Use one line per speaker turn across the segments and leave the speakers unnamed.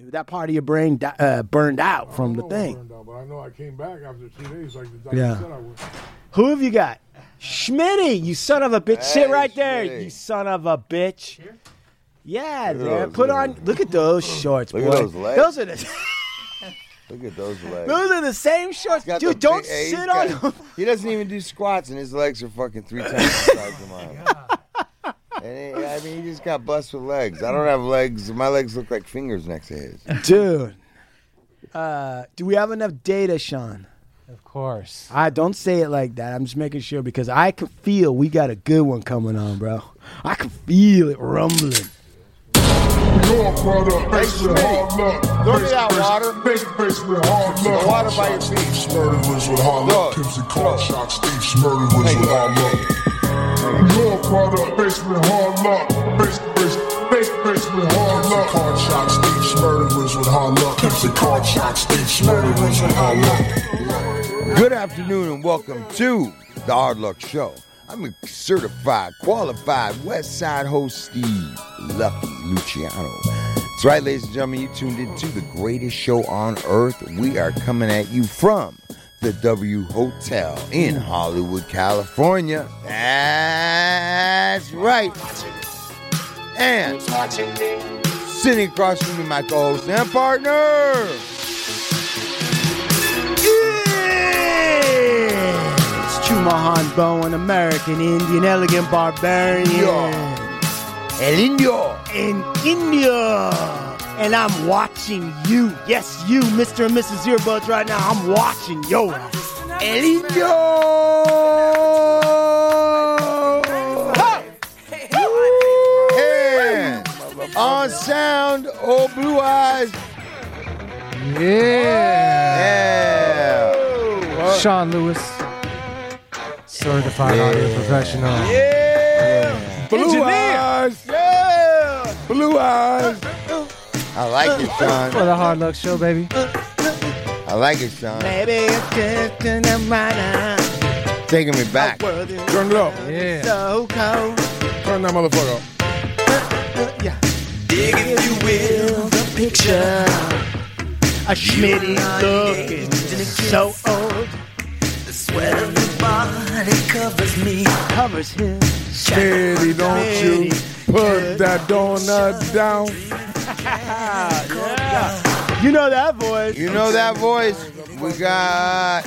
that part of your brain di- uh, burned out from the
I
thing.
burned out, but I know I came back after two days, like the doctor
Yeah.
said I would.
Who have you got? Schmitty, you son of a bitch. Sit
Hey,
right there,
Schmitty.
you son of a bitch. Yeah,
Look at
man.
those
Put on.
legs.
Look at those shorts,
Look
boy.
at those legs.
Those are the.
Look at those legs.
Those are the same shorts,
He's got
dude.
the
Don't
big- hey, he's
sit
got-
on. them.
He doesn't even do squats, and his legs are fucking three times the size of
Oh
mine. And he- I mean, he just got bust with legs. I don't have legs. My legs look like fingers next to his.
dude. Uh, do we have enough data, Sean?
Of course.
I don't say it like that. I'm just making sure because I can feel we got a good one coming on, bro. I can feel it rumbling.
Your brother faced with hard luck.
Throw me that
Faced-
water.
Faced faced with hard luck.
Water by your feet.
Thieves, murderers with hard
Look.
luck. Pimps and car shots. Thieves, murderers
Hey.
with hard luck. Your brother faced with hard luck. Faced faced faced faced with hard luck. Car shots. Thieves, murderers with hard luck. Pimps and car shots. Thieves, murderers with hard luck.
Good afternoon, and welcome to the Hard Luck Show. I'm a certified, qualified West Side host, Steve Lucky Luciano. That's right, ladies and gentlemen. You tuned in to the greatest show on earth. We are coming at you from the W Hotel in Hollywood, California. That's right. And sitting across from me, my co-host and partner.
It's Chumahan Bowen, American Indian, elegant barbarian.
Yeah. El Indio.
in India. And I'm watching you. Yes, you, Mr. and Mrs. Earbuds, right now. I'm watching your ass.
El Indio. And on sound, oh blue eyes. Yeah.
Sean Lewis, certified audio professional.
Blue eyes. Yeah. Blue eyes. I like it,
For
son.
the Hard Luck Show, baby.
I like it, son.
Maybe it's just in the mind.
Taking me back.
World is
Turn it up.
Yeah.
so cold.
Turn that motherfucker up.
Yeah. Dig if you will the picture. A Schmitty looking so old.
Sweat of your body covers me.
Covers him.
Teddy, don't you put that donut down.
You know that voice.
You know that voice? We got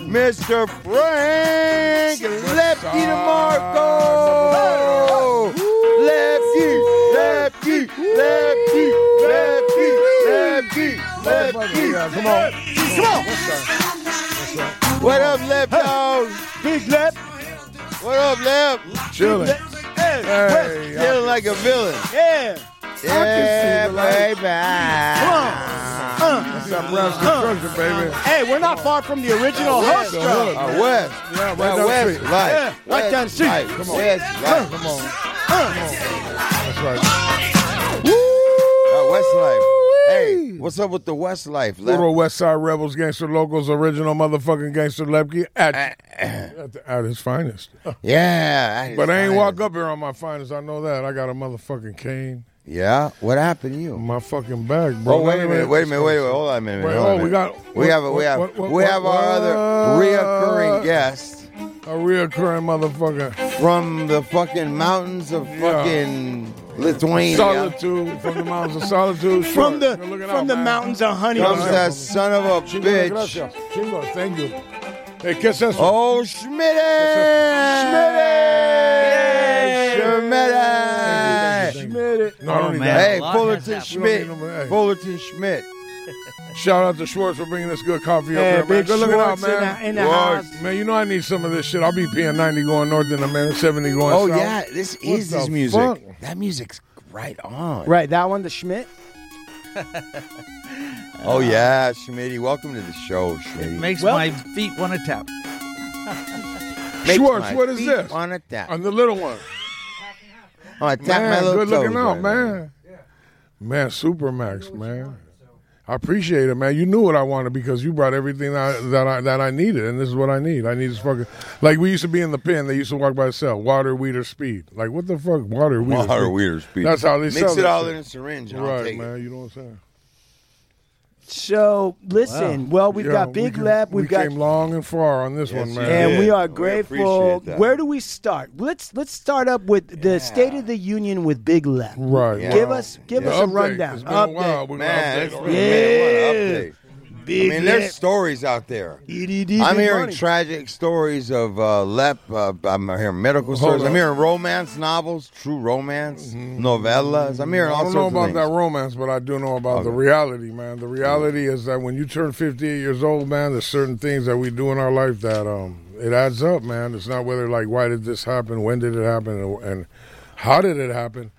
Mr. Frank Lefty DeMarco. Lefty, lefty, lefty, lefty, lefty, lefty. Come on. What up, Leftos?
Big left.
What up, Left?
Chilling.
Hey.
Hey,
Feeling like a villain.
Yeah.
Yeah,
the light.
baby.
Uh,
that's Brown's construction, baby.
hey, we're not far from the original host.
the
bro.
hood.
Uh, West.
Yeah, right
Now,
down the
West
street.
life.
Yeah, right
West
down the street.
life.
Come on.
West life.
Come on. That's
Uh, West life. Hey, what's up with the West life? Lef?
Little West Side Rebels, Gangster Locals, original motherfucking Gangster Lepke
Uh,
at, at, the- at his finest.
Yeah. that
But
is
I ain't
fine.
walk up here on my finest. I know that. I got a motherfucking cane
Yeah. What happened to
in
you?
my fucking bag, bro.
Oh, wait a minute. Wait a minute. Wait a minute. Hold on a minute.
Wait,
hold on a
oh, we
minute.
got-
We
what-
have. A, we
what-
have.
what- what-
we have our other
what?
reoccurring guest
A reoccurring motherfucker.
from the fucking mountains of fucking Lithuania.
Solitude from the mountains of solitude.
From the
Sure. You're looking
from
out,
the
man.
mountains of honey.
Comes
Yeah.
that son of a
Chingo,
bitch.
gracias. Chingo, thank you. Hey, kiss this one.
Oh, Schmidt!
Thank you,
Schmidt! Schmidt!
thank you, thank you. No, I don't need
man.
that.
Hey,
Lot has
Fullerton
that.
Schmidt.
We don't need no- hey.
Fullerton Schmidt.
Shout out to Schwartz for bringing this good coffee
Hey,
up here, man.
big
Good looking out,
Schwartz in
man.
the- in the
Schwartz.
house.
Man, you know I need some of this shit. I'll be paying 90 going north in a minute, 70 going
Oh,
south.
yeah, this
What
is
the
his music.
fuck?
That music's right on.
Right, that one, the Schmidt.
Oh, yeah, Schmitty. Welcome to the show, Schmitty.
Makes
Well-
my feet want to tap.
Makes
Schwartz,
my
what is
feet
this?
wanna tap.
On the little one.
I'm gonna tap my
Man,
little
good looking
toes
out,
right now.
man. Man, Supermax, man. I appreciate it, man. You knew what I wanted because you brought everything that I, that I that I needed, and this is what I need. I need this fucking like we used to be in the pen. They used to walk by itself. Water, weed, or speed. Like what the fuck? Water, weed. or
Wow,
speed?
weird speed.
That's how they
Mix
sell
it
that
all
shit.
in a syringe. and I'll
Right,
take it.
man. You know what I'm saying?
So listen, well, we've
Yo,
got Big
we
Lab,
we
we've got
came long and far on this one,
you
man.
and
Yeah,
we
I
are
appreciate
grateful.
that.
Where do we start? Let's let's start up with the State of the Union with Big Left.
Right.
Yeah.
Give us give
The
us a
update.
rundown.
It's been a
Update.
while. We're gonna
Man,
update
it's
on
been,
it.
man, what an update. I
Big
mean, there's
Lep.
stories out there.
EDD,
I'm
big
hearing
money.
tragic stories of uh, lep. Uh, I'm hearing medical
Hold
stories. I'm
on.
hearing romance novels, true romance,
Mm-hmm.
novellas. I'm hearing
I
all
don't know
sorts
about
of
that
things.
romance, but I do know about the reality, man. The reality is that when you turn 58 years old, man, there's certain things that we do in our life that um it adds up, man. It's not whether like why did this happen, when did it happen, and- and how did it happen.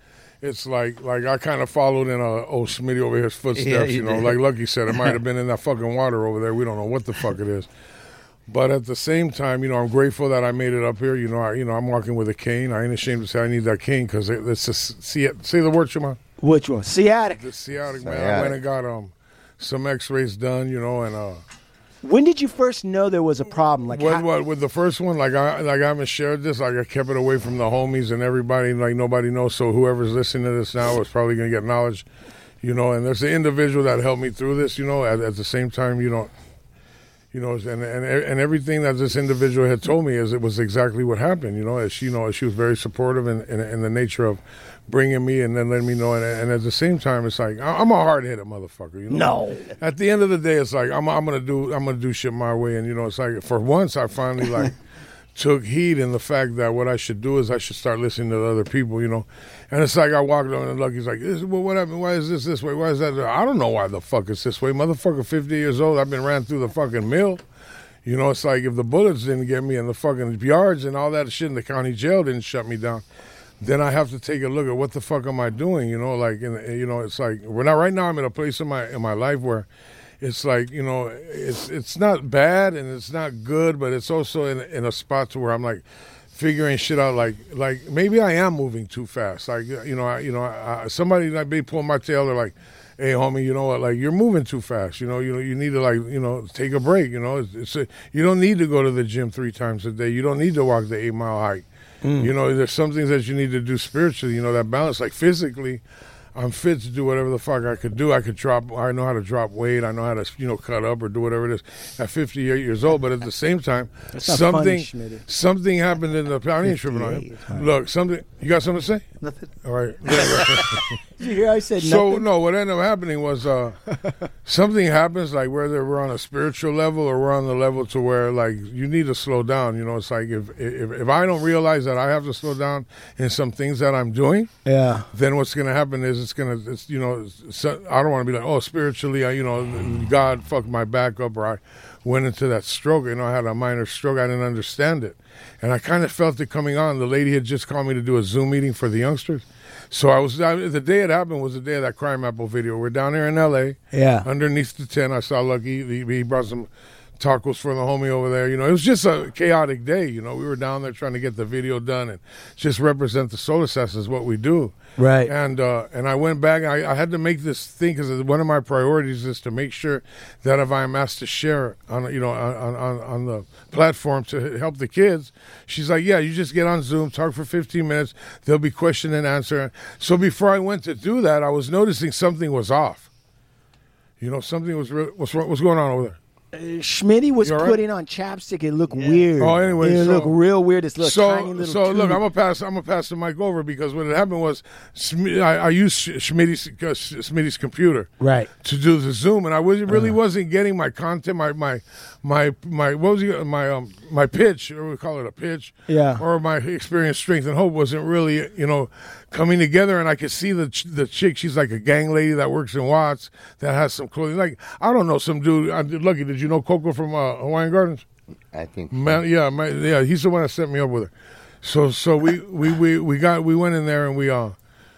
It's like like I kind of followed in uh, old Smitty over here's footsteps,
Yeah, you
you know.
did.
Like Lucky said, it might have been in that fucking water over there. We don't know what the fuck it is. But at the same time, you know, I'm grateful that I made it up here. You know, I, you know, I'm walking with a cane. I ain't ashamed to say I need that cane because it, it's just see it. Say the word, Shema.
Which one? Sciatic.
The sciatic, man. I
Sciatic.
went and got um some X-rays done, you know, and uh,
When did you first know there was a problem? Like
what,
how-
what with the first one, like I like I haven't shared this, like I kept it away from the homies and everybody, like nobody knows. So whoever's listening to this now is probably gonna get knowledge, you know. And there's the individual that helped me through this, you know. At, at the same time, you know, you know, and, and and everything that this individual had told me is it was exactly what happened. You know, as she you know, she was very supportive in, in, in the nature of bringing me and then letting me know. And, and at the same time, it's like I- I'm a hard headed motherfucker. You know,
No.
At the end of the day, it's like I'm I'm gonna do I'm gonna do shit my way. And you know, it's like for once I finally like. took heed in the fact that what I should do is I should start listening to the other people, you know. And it's like I walked on and Lucky's like, this, well, what happened? Why is this this way? Why is that? I don't know why the fuck it's this way. Motherfucker, 50 years old, I've been ran through the fucking mill. You know, it's like if the bullets didn't get me and the fucking yards and all that shit in the county jail didn't shut me down, then I have to take a look at what the fuck am I doing? You know, like, and, you know, it's like we're not right now. I'm in a place in my in my life where it's like you know, it's it's not bad and it's not good, but it's also in in a spot to where I'm like figuring shit out. Like like maybe I am moving too fast. Like uh, you know, I, you know, I, I- somebody like be pulling my tail. They're like. Hey homie, you know what? Like you're moving too fast. You know, you you need to like you know take a break. You know, it's, it's a, you don't need to go to the gym three times a day. You don't need to walk the eight mile hike. You know, there's some things that you need to do spiritually. You know, that balance. Like physically, I'm fit to do whatever the fuck I could do. I could drop. I know how to drop weight. I know how to you know cut up or do whatever it is at 58 years old. But at the same time,
not funny,
something
Schmitty.
something happened in the. I ain't tripping on him. Look, something. You got something to say? Nothing. All right.
Did you hear I said
So
nothing?
no, what ended up happening was uh, something happens like whether we're on a spiritual level or we're on the level to where like you need to slow down. You know, it's like if if, if I don't realize that I have to slow down in some things that I'm doing,
Yeah.
then what's going to happen is it's going to, it's, you know, so, I don't want to be like, oh, spiritually, I, you know, God fucked my back up or I went into that stroke. You know, I had a minor stroke. I didn't understand it. And I kind of felt it coming on. The lady had just called me to do a Zoom meeting for the youngsters. So I was, I, the day it happened was the day of that Crime Apple video. We're down here in L.A.
Yeah.
Underneath the tent, I saw Lucky. He, he brought some tacos for the homie over there. You know, it was just a chaotic day. You know, we were down there trying to get the video done and just represent the Solar Sessions, is what we do.
Right.
And uh, and I went back. I, I had to make this thing because one of my priorities is to make sure that if I'm asked to share on you know on, on, on the platform to help the kids, she's like, yeah, you just get on Zoom, talk for 15 minutes. There'll be question and answer. So before I went to do that, I was noticing something was off. You know, something was real. What's wrong- what's going on over there?
Schmitty was
You all right?
putting on chapstick. It looked weird.
Oh, anyway,
it
so-
looked real weird. This little
so,
tiny little.
so look,
tube.
I'm gonna pass. I'm gonna pass the mic over because what had happened was Schmi- I, I used Sch- Schmitty's, uh, Sch- Schmitty's computer
Right. Uh-huh.
to do the Zoom, and I was, really wasn't getting my content, my my my my what was it, my um my pitch, or we call it a pitch,
Yeah.
or my experience, strength, and hope wasn't really you know coming together, and I could see the ch- the chick, she's like a gang lady that works in Watts that has some clothing, like I don't know some dude. I, lucky, did you know Coco from uh, Hawaiian Gardens?
I think.
Man, yeah, man, yeah, he's the one that set me up with her. So, so we, we, we, we got, we went in there and we, uh,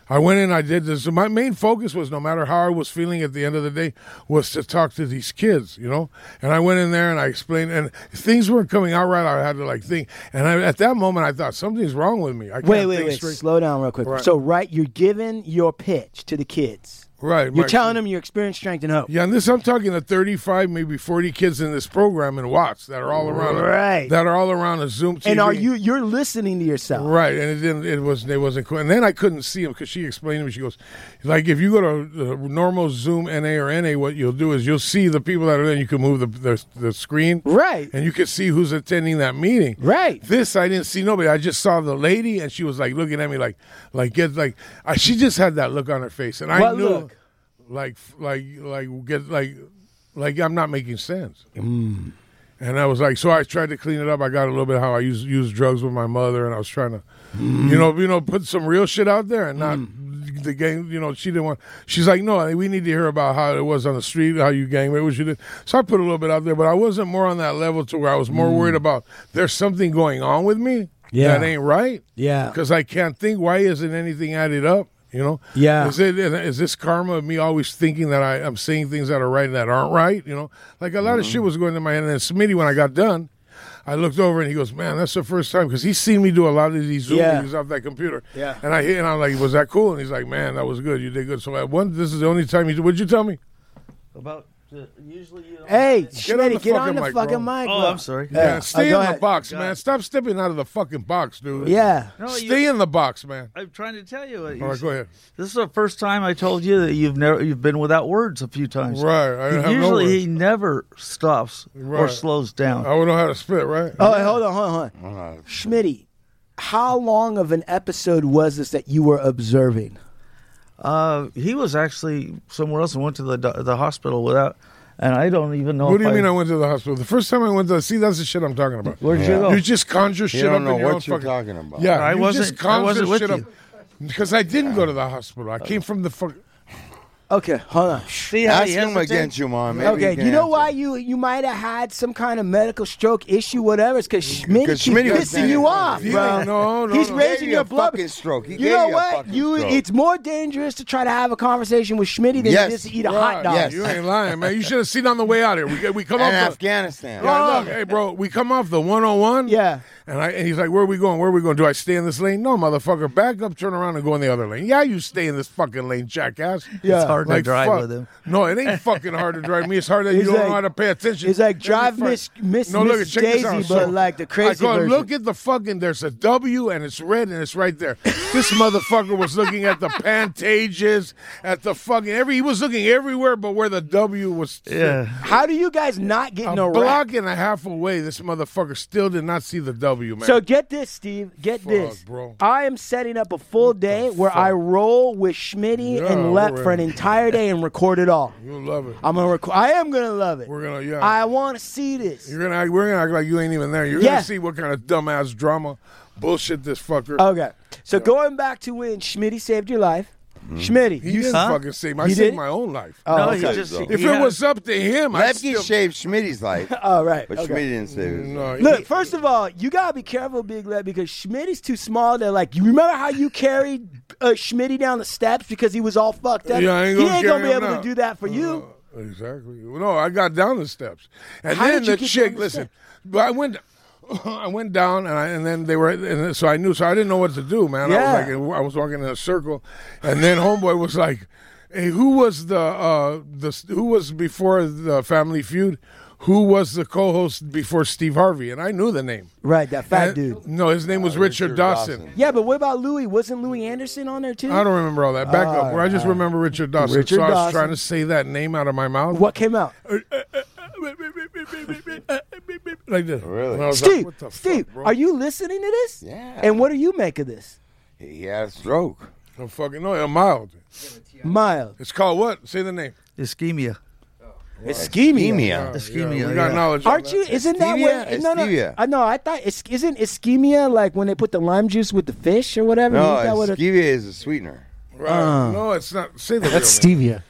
I went in, I did this. My main focus was no matter how I was feeling at the end of the day, was to talk to these kids, you know? And I went in there and I explained, and things weren't coming out right. I had to like think. And I, at that moment, I thought something's wrong with me. I can't
Wait, wait,
think
wait.
straight.
Slow down real quick.
Right.
So, right, you're giving your pitch to the kids.
Right.
You're
Mike.
telling them your experience, strength, and hope.
Yeah, and this I'm talking to 35, maybe 40 kids in this program in Watts that are all around.
Right.
That are all around a Zoom. TV.
and are you you're listening to yourself?
Right, and it didn't. It was. It wasn't. cool. And then I couldn't see him because she explained to me. She goes, like if you go to uh, normal Zoom NA or NA, what you'll do is you'll see the people that are there. and You can move the the, the screen.
Right.
And you can see who's attending that meeting.
Right.
This I didn't see nobody. I just saw the lady, and she was like looking at me like, like get like. I, she just had that look on her face, and I
What
knew,
look?
like like like get like like I'm not making sense.
Mm.
And I was like, so I tried to clean it up. I got a little bit how I used used drugs with my mother, and I was trying to,
Mm.
you know, you know, put some real shit out there and not the gang. You know, she didn't want. She's like, no, we need to hear about how it was on the street, how you gang raped, what you did. So I put a little bit out there, but I wasn't more on that level to where I was more worried about there's something going on with me
Mm. Yeah.
that ain't right
Yeah.
because I can't think. Why isn't anything added up? You know?
Yeah.
Is it is this karma of me always thinking that I, I'm saying things that are right and that aren't right? You know, like a lot
Mm-hmm.
of shit was going through my head. And then Smitty, when I got done, I looked over and he goes, "Man, that's the first time because he's seen me do a lot of these Zoom
Yeah.
meetings off that computer."
Yeah.
And I hit and I'm like, "Was that cool?" And he's like, "Man, that was good. You did good." So at one, this is the only time you. What'd you tell me?
About the, usually you don't
Hey,
Get on the
Schmitty, get on
fucking
the
mic,
fucking
bro.
mic.
Oh,
bro.
I'm sorry.
Yeah. stay
Uh,
in
go
the
ahead.
box,
Go
man.
ahead.
Stop stepping out of the fucking box, dude.
Yeah.
No,
Stay
you-
in the box, man.
I'm trying to tell you.
All right, go ahead.
This is the first time I told you that you've never you've been without words a few times.
Right, I have no
usually
words.
he never stops or
Right.
slows down.
I would know how to spit, right?
Oh, hey, hold on, hold on, hold on. Schmitty, how long of an episode was this that you were observing?
Uh, he was actually somewhere else and went to the do- the hospital without. And I don't even know.
What
if
do you
I,
mean I went to the hospital? The first time I went to see, that's the shit I'm talking about.
Where'd you go?
You just conjure shit
don't
up
know
in your
what
own
you're
fucking-
talking about.
Yeah,
I
you
wasn't-
Just
I
conjure
wasn't with
shit
you.
up because I didn't go to the hospital. I came from the fuck.
Okay, hold on.
See how
Ask
he
him
hesitates?
against you, mom. Maybe
Okay, you know why you you might have had some kind of medical stroke issue, whatever. It's because Schmitty keeps
Because Schmitty was
pissing
saying-
you off,
Yeah,
bro.
no, no,
he's
no.
raising
Gave you
your
a
blood.
fucking stroke. He
you
gave
know
you a
what?
fucking
you
stroke.
it's more dangerous to try to have a conversation with Schmitty than
Yes.
it is to eat a
Right,
hot dog.
yes.
You ain't lying, man. You should have seen on the way out here. We, we come
And
off the,
Afghanistan.
Yeah, look, hey, bro, we come off the 101.
Yeah.
And, I, and he's like, where are we going? Where are we going? Do I stay in this lane? No, motherfucker. Back up, turn around, and go in the other lane. Yeah, you stay in this fucking lane, jackass.
Yeah.
It's hard to drive
fuck.
with him.
No, it ain't fucking hard to drive me. It's hard that you
He's
don't
like-
know how to pay attention.
he's like,
Let me
drive
fuck-
Miss- Miss- Miss
check this
Daisy,
out.
but like the crazy
I go,
version.
look at the fucking, there's a W and it's red and it's right there. This motherfucker was looking at the Pantages, at the fucking, every, he was looking everywhere but where the W was.
Yeah.
How do you guys not get in
a
a
block
wreck?
and a half away, this motherfucker still did not see the W, man.
So get this, Steve. Get
Fuck,
this.
bro.
I am setting up a full day where I roll with Schmitty
Yeah,
and Lep for an
already.
entire day and record it all.
You'll love it.
I'm gonna record. I am gonna love it.
We're gonna, yeah.
I want to see this.
You're gonna act, we're gonna act like you ain't even there. You're
Yeah.
gonna see what kind of dumbass drama bullshit this fucker.
Okay. So going back to when Schmitty saved your life, Schmitty,
he
you
didn't
Huh?
fucking save. I
You
saved
did?
my own life.
Oh,
No,
okay.
he just. he
if it
had-
was up to him, I
Lefty
still. uh,
shaved Schmitty's life,
All right.
but
okay.
Schmitty didn't save his life.
No,
Look, first of all, you gotta be careful, Big Leb, because Schmitty's too small. They're like, you remember how you carried uh, Schmitty down the steps because he was all fucked up?
Yeah, I ain't
he
gonna
ain't gonna be
carry him
able
now. Uh,
to do that for you.
Exactly. Well, no, I got down the steps, and
How
then
did you
the
get down
chick.
the
Listen,
steps?
but I went, I went down, and I, and then they were, and then- so I knew, so I didn't know what to do, man.
Yeah.
I was like, I was walking in a circle, and then homeboy was like, "Hey, who was the uh the who was before the Family Feud? Who was the co-host before Steve Harvey?" And I knew the name.
Right, that fat
And-
dude.
No, his name was Richard,
Richard
Dawson.
Dawson.
Yeah, but what about Louis? Wasn't Louis Anderson on there too?
I don't remember all that. Back up. Where I just remember Richard Dawson.
Ah. Richard
so I was
Dawson.
trying to say that name out of my mouth.
What came out?
like this.
Really?
And I was like,
Steve,
what the fuck,
Steve,
bro?
are you listening to this?
Yeah.
And what do you make of this,
He had a stroke.
I'm fucking no, I'm mild.
Mild?
It's called what? Say the name.
ischemia.
Ischemia.
Emia.
Ischemia.
we
yeah.
got knowledge. on
Aren't you?
that.
Isn't that
Stevia?
what? No, no,
Stevia.
I know. I thought is, isn't ischemia like when they put the lime juice with the fish or whatever?
No,
Isn't that what it-
Skivia is a sweetener.
Right. no, it's not. Say the
That's
real
stevia.
name.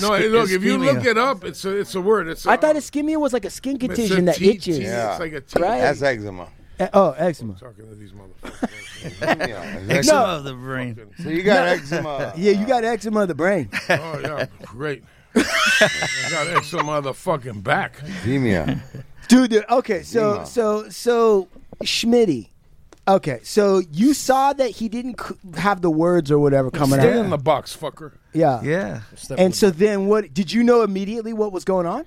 No, hey, look. If you
Ischemia.
look it up, it's a it's a word. It's a,
I thought ischemia was like a skin
it's a
condition that
T-
itches.
T-
Yeah.
It's like a T.
Right.
That's eczema.
Uh, Oh, eczema.
Talking to these motherfuckers.
Yeah, eczema.
Eczema of the brain.
So you got eczema.
Yeah, you got eczema of the brain.
oh yeah, great. I got extra motherfucking back.
Emia.
dude, dude. Okay, so so so Schmitty, Okay, so you saw that he didn't c- have the words or whatever coming
Stay
out.
in the box, fucker.
Yeah.
Yeah,
And so then what did you know immediately what was going on?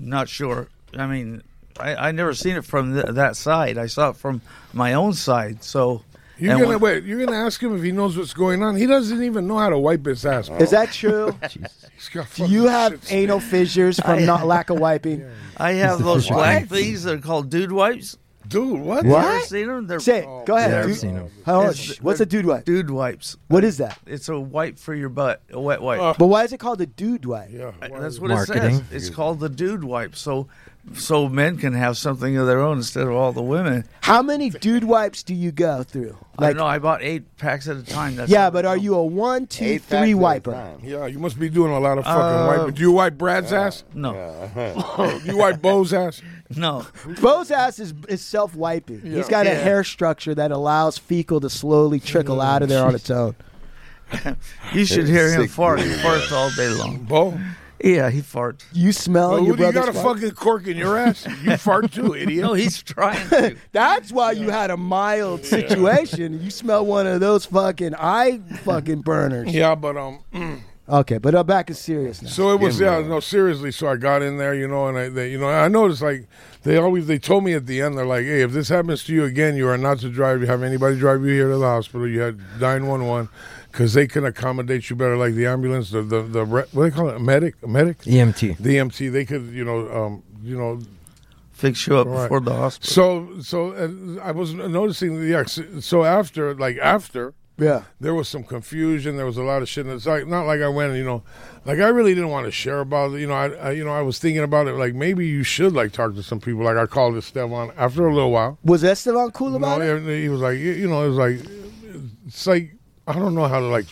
not sure. I mean, I I never seen it from th- that side. I saw it from my own side. So
You're
and
gonna
when-
wait. You're gonna ask him if he knows what's going on. He doesn't even know how to wipe his ass.
Is that true?
He's
Do
got fucking
you have
shit.
anal fissures from not lack of wiping?
I have those black things that are called dude wipes.
dude?
What?
What?
You ever seen them? They're
Say it. Go ahead.
Never
dude.
seen him.
Hold on,
It's-
shh. What's a dude wipe?
dude wipes.
What is that?
It's a wipe for your butt, a wet wipe.
Oh,
But why is it called a dude wipe?
Yeah.
I-
why
That's
is-
what
Marketing.
it says. It's called the dude wipe. So, so men can have something of their own instead of all the women.
How many dude wipes do you go through?
I know I bought eight packs at a time. That's
yeah,
all.
but are you a one, two,
Eight
three
factors
wiper?
at a time.
Yeah, you must be doing a lot of fucking
Uh,
wiping. Do you wipe Brad's ass?
no,
Do you wipe Bo's ass?
no?
Bo's ass is, is self wiping. He's got a
Yeah.
hair structure that allows fecal to slowly trickle out of there on its own.
You should hear him
Sick
fart. He farts all day long.
Bo?
Yeah, he farts.
You smell
Bo,
Oh, your
you got
brother's
a
fart?
fucking cork in your ass? You fart too, idiot.
No, he's trying to.
That's why you had a mild situation. You smell one of those fucking eye fucking burners.
Yeah, but um,
Okay, but I'm back in serious now.
so it was yeah, no, seriously. So I got in there, you know, and I, they, you know, I noticed like they always they told me at the end they're like, hey, if this happens to you again, you are not to drive. You have anybody drive you here to the hospital. You had nine one one because they can accommodate you better, like the ambulance, the the, the re- what do they call it, a medic, a medic,
EMT.
the EMT. They could, you know, um, you know,
Fix you up
Right.
before the hospital.
so so uh, I was noticing the yeah, so- so after like after
Yeah.
there was some confusion. There was a lot of shit. And it's like not like I went, you know, like I really didn't want to share about it. You know, I, I you know I was thinking about it. Like maybe you should like talk to some people. Like I called Esteban after a little while.
Was Esteban cool
You know,
about it?
and he was like, you you know, it was like it's like I don't know how to like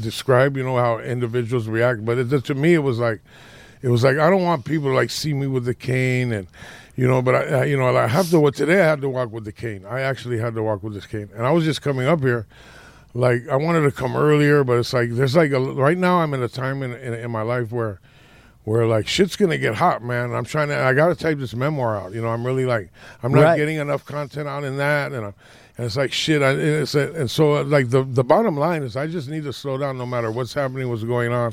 describe, you know, how individuals react, but it, to me it was like it was like I don't want people to like see me with the cane and you know, but I, I you know, I have to. What today I had to walk with the cane. I actually had to walk with this cane, and I was just coming up here like I wanted to come earlier, but it's like there's like a right now I'm in a time in in, in my life where where like shit's gonna get hot, man. I'm trying to I gotta type this memoir out. You know, I'm really like I'm not
Right.
getting enough content out in that, and I'm, and it's like shit. I, and it's a, and so uh, like the the bottom line is I just need to slow down no matter what's happening, what's going on.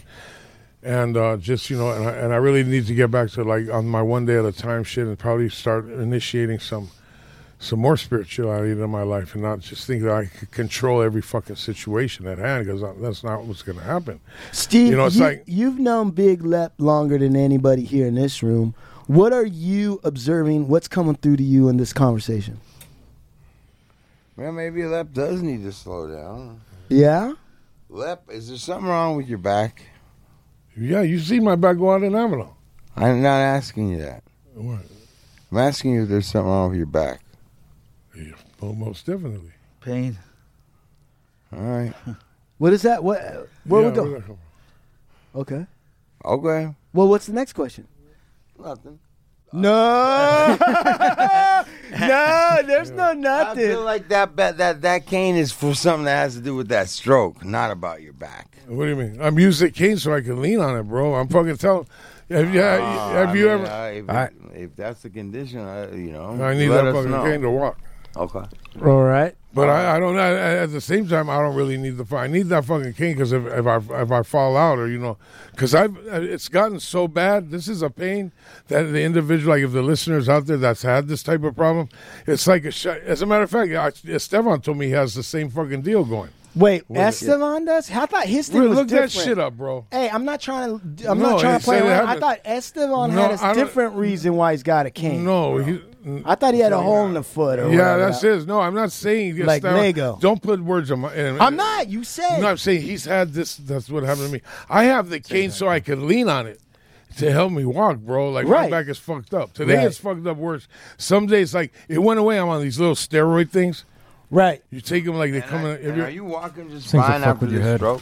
And uh, just you know, and I, and I really need to get back to like on my one day at a time shit, and probably start initiating some some more spirituality into my life and not just think that I could control every fucking situation at hand because that's not what's going to happen.
Steve,
You know, it's
you,
like-
have known Big Lep longer than anybody here in this room. What are you observing? What's coming through to you in this conversation?
Well, maybe Lep does need to slow down.
Yeah?
Lep, is there something wrong with your back?
Yeah, you see my back go out in Avalon.
I'm not asking you that.
What?
I'm asking you if there's something wrong with your back.
Yeah, well, most definitely.
Pain.
All right.
What is that? What where
yeah,
we go?
that come from?
Okay.
Okay.
Well, what's the next question?
Nothing.
No. no, there's no
I feel
nothing.
like that bet that that cane is for something that has to do with that stroke, not about your back.
What do you mean? I'm using the cane so I can lean on it, bro. I'm fucking telling. Have you,
Uh,
have
I
you
mean,
ever?
uh, if,
All right.
if that's the condition, uh, you know,
I need
let
that
us
fucking
know.
cane to walk.
Okay.
All right.
But I, I don't. I, I- at the same time, I don't really need the. fu- I need that fucking cane because if, if I if I fall out or you know, because I've uh, it's gotten so bad. This is a pain that the individual, like if the listeners out there that's had this type of problem, it's like a. sh- As a matter of fact, I, Esteban told me he has the same fucking deal going.
Wait, Esteban does? I thought his thing
Really,
was
look
different.
that shit up, bro.
Hey, I'm not trying to. I'm
No,
not trying
he
to play
said it
around. I
happened.
thought Esteban
No,
had
I
a
don't-
different reason why he's got a cane.
No, he,
I thought he had a hole in the foot. Or
yeah,
whatever.
that's it. No, I'm not saying
Like
Esteban-
Lego.
Don't put words in my. In,
I'm not. You said.
No, I'm saying he's had this. That's what happened to me. I have the cane so I can lean on it to help me walk, bro. Like
Right.
my back is fucked up. Today
Right.
it's fucked up worse. Some days, like it went away. I'm on these little steroid things.
right.
You take them like they
And
come
I-
in. if
and
you're-
are you walking just
Things that
fine
fuck
after
with your
the
head.
stroke?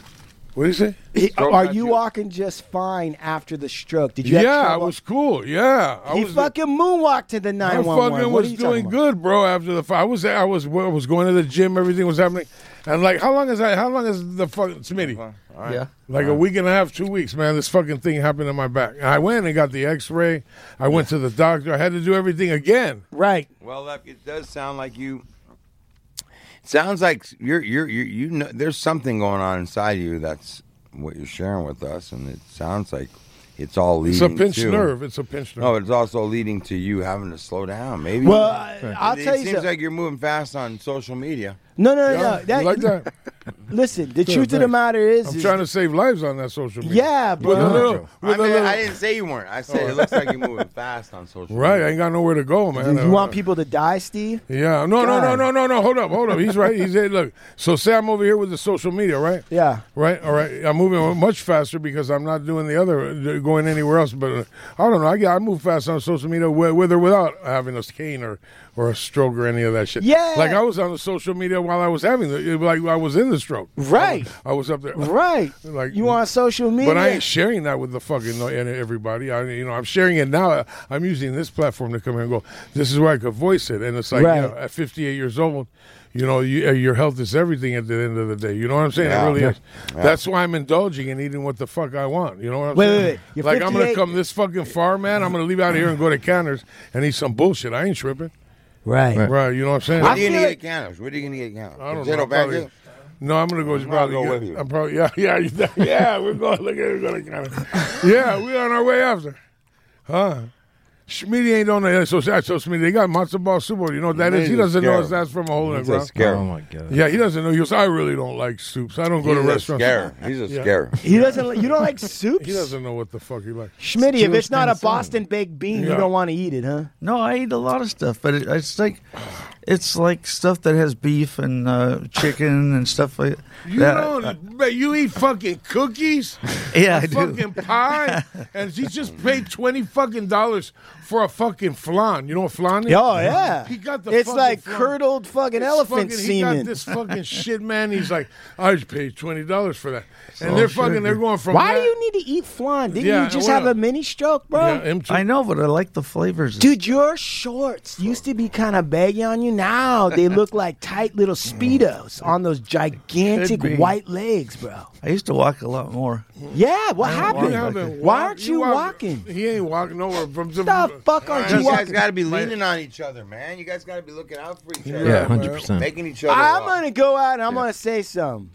what do you say?
Stroke
Are
got
you
you?
walking just fine after the stroke? Did you? have
Yeah, I
trouble?
was cool. Yeah, I
He
was.
fucking moonwalked to the
I
911.
fucking
What are
was
you
doing
talking about?
good, bro. After the, fi- I was, I was, I was going to the gym. Everything was happening, and like, how long is that? How long is the fucking Smitty?
All right.
Yeah.
Like a week and a half, two weeks, man. This fucking thing happened in my back. I went and got the X-ray. I went to the doctor. I had to do everything again.
Right.
Well, Lep, it does sound like you Sounds like you're you're you you know there's something going on inside you that's what you're sharing with us, and it sounds like it's all
It's a
leading.
pinched
to,
nerve. It's a pinched nerve.
No, it's also leading to you having to slow down. Maybe.
Well, I, I'll
it
tell you
seems
something.
like you're moving fast on social media.
No, no, no,
Yeah,
no. That,
you like that?
Listen, the
Sure,
truth of the
thanks.
matter is,
I'm
is-
trying to save lives on that social media.
yeah,
With a
bro.
little,
I,
with a
mean,
little- Oh.
I didn't say you weren't. I said it looks like you're moving fast on social.
right. I
media.
ain't got nowhere to go, man. Uh,
you want people to die, Steve?
Yeah. No, no, no,
God.
no, no, no. Hold up, hold up. He's right. He's look. So say I'm over here with the social media, right?
Yeah.
Right. All right. I'm moving much faster because I'm not doing the other, uh, going anywhere else. But uh, I don't know. I, I move fast on social media, wi- with or without having a cane or, or a stroke or any of that shit.
Yeah.
Like I was on the social media while I was having the, like I was in the stroke.
Right.
I was up there.
Right.
Like-
you on social media?
But I ain't sharing that with the fucking no- and everybody. I, you know, I'm sharing it now. I'm using this platform to come here and go. This is where I could voice it, and it's like
Right.
you know, at 58 years old, you know, you, uh, your health is everything at the end of the day. You know what I'm saying?
Yeah.
It really
Yeah.
is. That's why I'm indulging and eating what the fuck I want. You know what I'm
Wait,
saying?
wait, wait. You're
Like I'm gonna
58
come this fucking far, man. I'm gonna leave out here and go to Canners and eat some bullshit. I ain't tripping,
right.
right? You know what I'm saying?
What are
I
you gonna
feel
get
like-
at Cannabs? What are you gonna get at Cannabs?
I don't
Potato
know. Probably-
pancakes?
no, I'm gonna go.
I'm
probably
gonna go
get-
with you.
I'm probably yeah, yeah, you- yeah. We're going. Look at we're going. To, yeah, we on our way after, huh? Schmitty ain't on the so so Schmitty. They got matzo ball soup. You know what that is? He
He's
doesn't know
scared.
it's that's from a hole in the
He's a
ground.
scare.
Oh my god.
Yeah, he doesn't know. He goes, I really don't like soups. I don't go to
He's a
restaurants.
scare. He's a
Oh Yeah.
scare.
He doesn't. li- You don't like soups?
He doesn't know what the fuck he likes.
Schmitty, if
Jewish
it's not a
thing, so-
Boston baked bean, you
Yeah.
don't want to eat it, huh?
No, I eat a lot of stuff, but it, it's like it's like stuff that has beef and uh, chicken and stuff like
You
that.
don't. but you eat fucking cookies,
yeah, I
and
do.
fucking pie, and he just paid twenty fucking dollars for a fucking flan. You know what flan is?
Oh yeah.
He got the.
It's
fucking
like
flan.
curdled fucking
This
elephant
fucking- He
semen.
got this fucking shit, man. He's like, I just paid twenty dollars for that, and they're fucking, they're going from.
Why
that-
do you need to eat flan? Didn't
Yeah,
you just
well-
have a mini stroke, bro?
Yeah, him too.
I know, but I like the flavors.
Dude, your shorts used to be kind of baggy on you. Now they look like tight little
Mm.
speedos on those gigantic
Could be.
white legs, bro.
I used to walk a lot more.
Yeah, what
You
happened?
haven't walked-
Why aren't you
walk-
walking?
He ain't walking nowhere from some.
the fuck aren't
You
you
guys
walking?
got to be leaning on each other, man. You guys got to be looking out for each other.
Yeah, hundred percent.
Making each other.
I'm
laugh.
gonna go out and I'm gonna say something.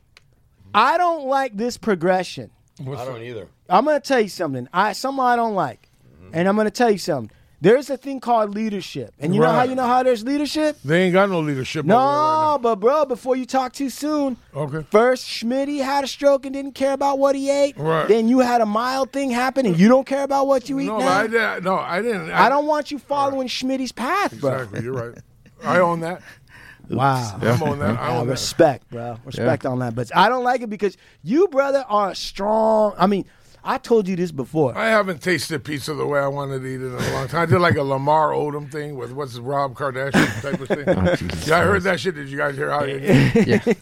I don't like this progression.
I don't either.
I'm gonna tell you something. I something I don't like,
Mm-hmm.
and I'm gonna tell you something. There's a thing called leadership, and you know how
Right.
you know how there's leadership.
They ain't got no leadership.
No,
over
but bro, before you talk too soon,
there right now. Okay.
first Schmitty had a stroke and didn't care about what he ate.
Right.
Then you had a mild thing happen and you don't care about what you eat
No, but
now.
I did. No, I didn't.
I don't want you following Schmitty's path, bro.
Exactly. You're right. I own that.
Wow.
I'm on that. I
Yeah,
own that.
respect, bro. Respect on that. But I don't like it because you, brother, are a strong. I mean, I told you this before.
I haven't tasted pizza the way I wanted to eat it in a long time. I did like a Lamar Odom thing with what's it, Rob Kardashian type of
Oh,
thing. yeah, I heard that shit. Did you guys hear how you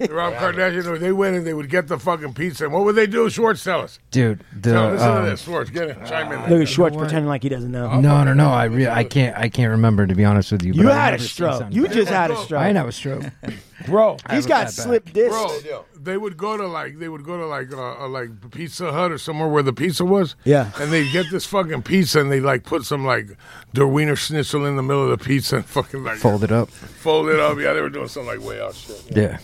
Rob Kardashian? They went and they would get the fucking pizza. And what would they do? Schwartz, tell us.
Dude, the
Tell, listen
um,
to this. Schwartz, get it. Chime in.
Look at Schwartz
what?
pretending like he doesn't know.
No, no, no. I re- I can't. I can't remember to be honest with you.
You
but I
had a
remember seeing
stroke.
something
You
bad.
just had a
I didn't
stroke.
have a stroke.
Bro, he's got
haven't got back.
slip discs.
Bro, they would go to like they would go to like uh, uh, like Pizza Hut or somewhere where the pizza was.
Yeah.
and they get this fucking pizza and they like put some like der Wiener Schnitzel in the middle of the pizza and fucking like
Fold it up.
fold it up. Yeah, they were doing some like way out shit.
Yeah.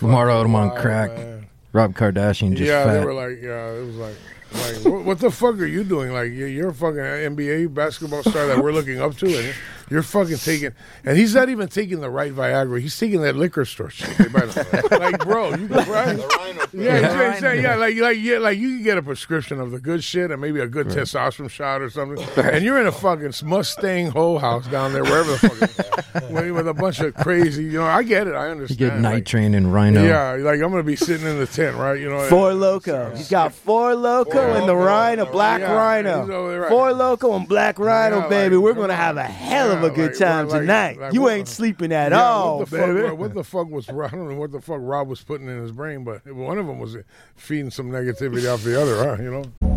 Lamar Odom on crack.
Oh, man.
Rob Kardashian just
yeah,
fat.
they were like, yeah, it was like. Like, what, what the fuck are you doing? Like, you're, you're a fucking NBA basketball star that we're looking up to, and you're fucking taking. And he's not even taking the right Viagra. He's taking that liquor store shit. they buy the- like, bro, you right? Yeah, yeah, yeah, yeah, like like yeah, like you can get a prescription of the good shit and maybe a good testosterone shot or something, and you're in a fucking Mustang hoe house down there, wherever the fuck, it is, with- with a bunch of crazy. You know, I get it, I
you
understand.
get night
like,
train and rhino.
Yeah, like I'm gonna be sitting in the tent, right? You know,
Four Loco. He's got Four Loco
Four
and the
Loko.
Rhino, Black
Oh, Yeah, he's
Rhino.
over there, right.
Four Loco and Black Rhino,
Yeah,
baby.
like,
We're
come
going to
on.
have a hell of
Yeah,
a good
like,
time
like,
tonight.
like,
you
what-
ain't sleeping at
Yeah,
all,
what the
baby.
Fuck, what the fuck was I don't know what the fuck Rob was putting in his brain, but one of them was feeding some negativity off the other, huh? You know.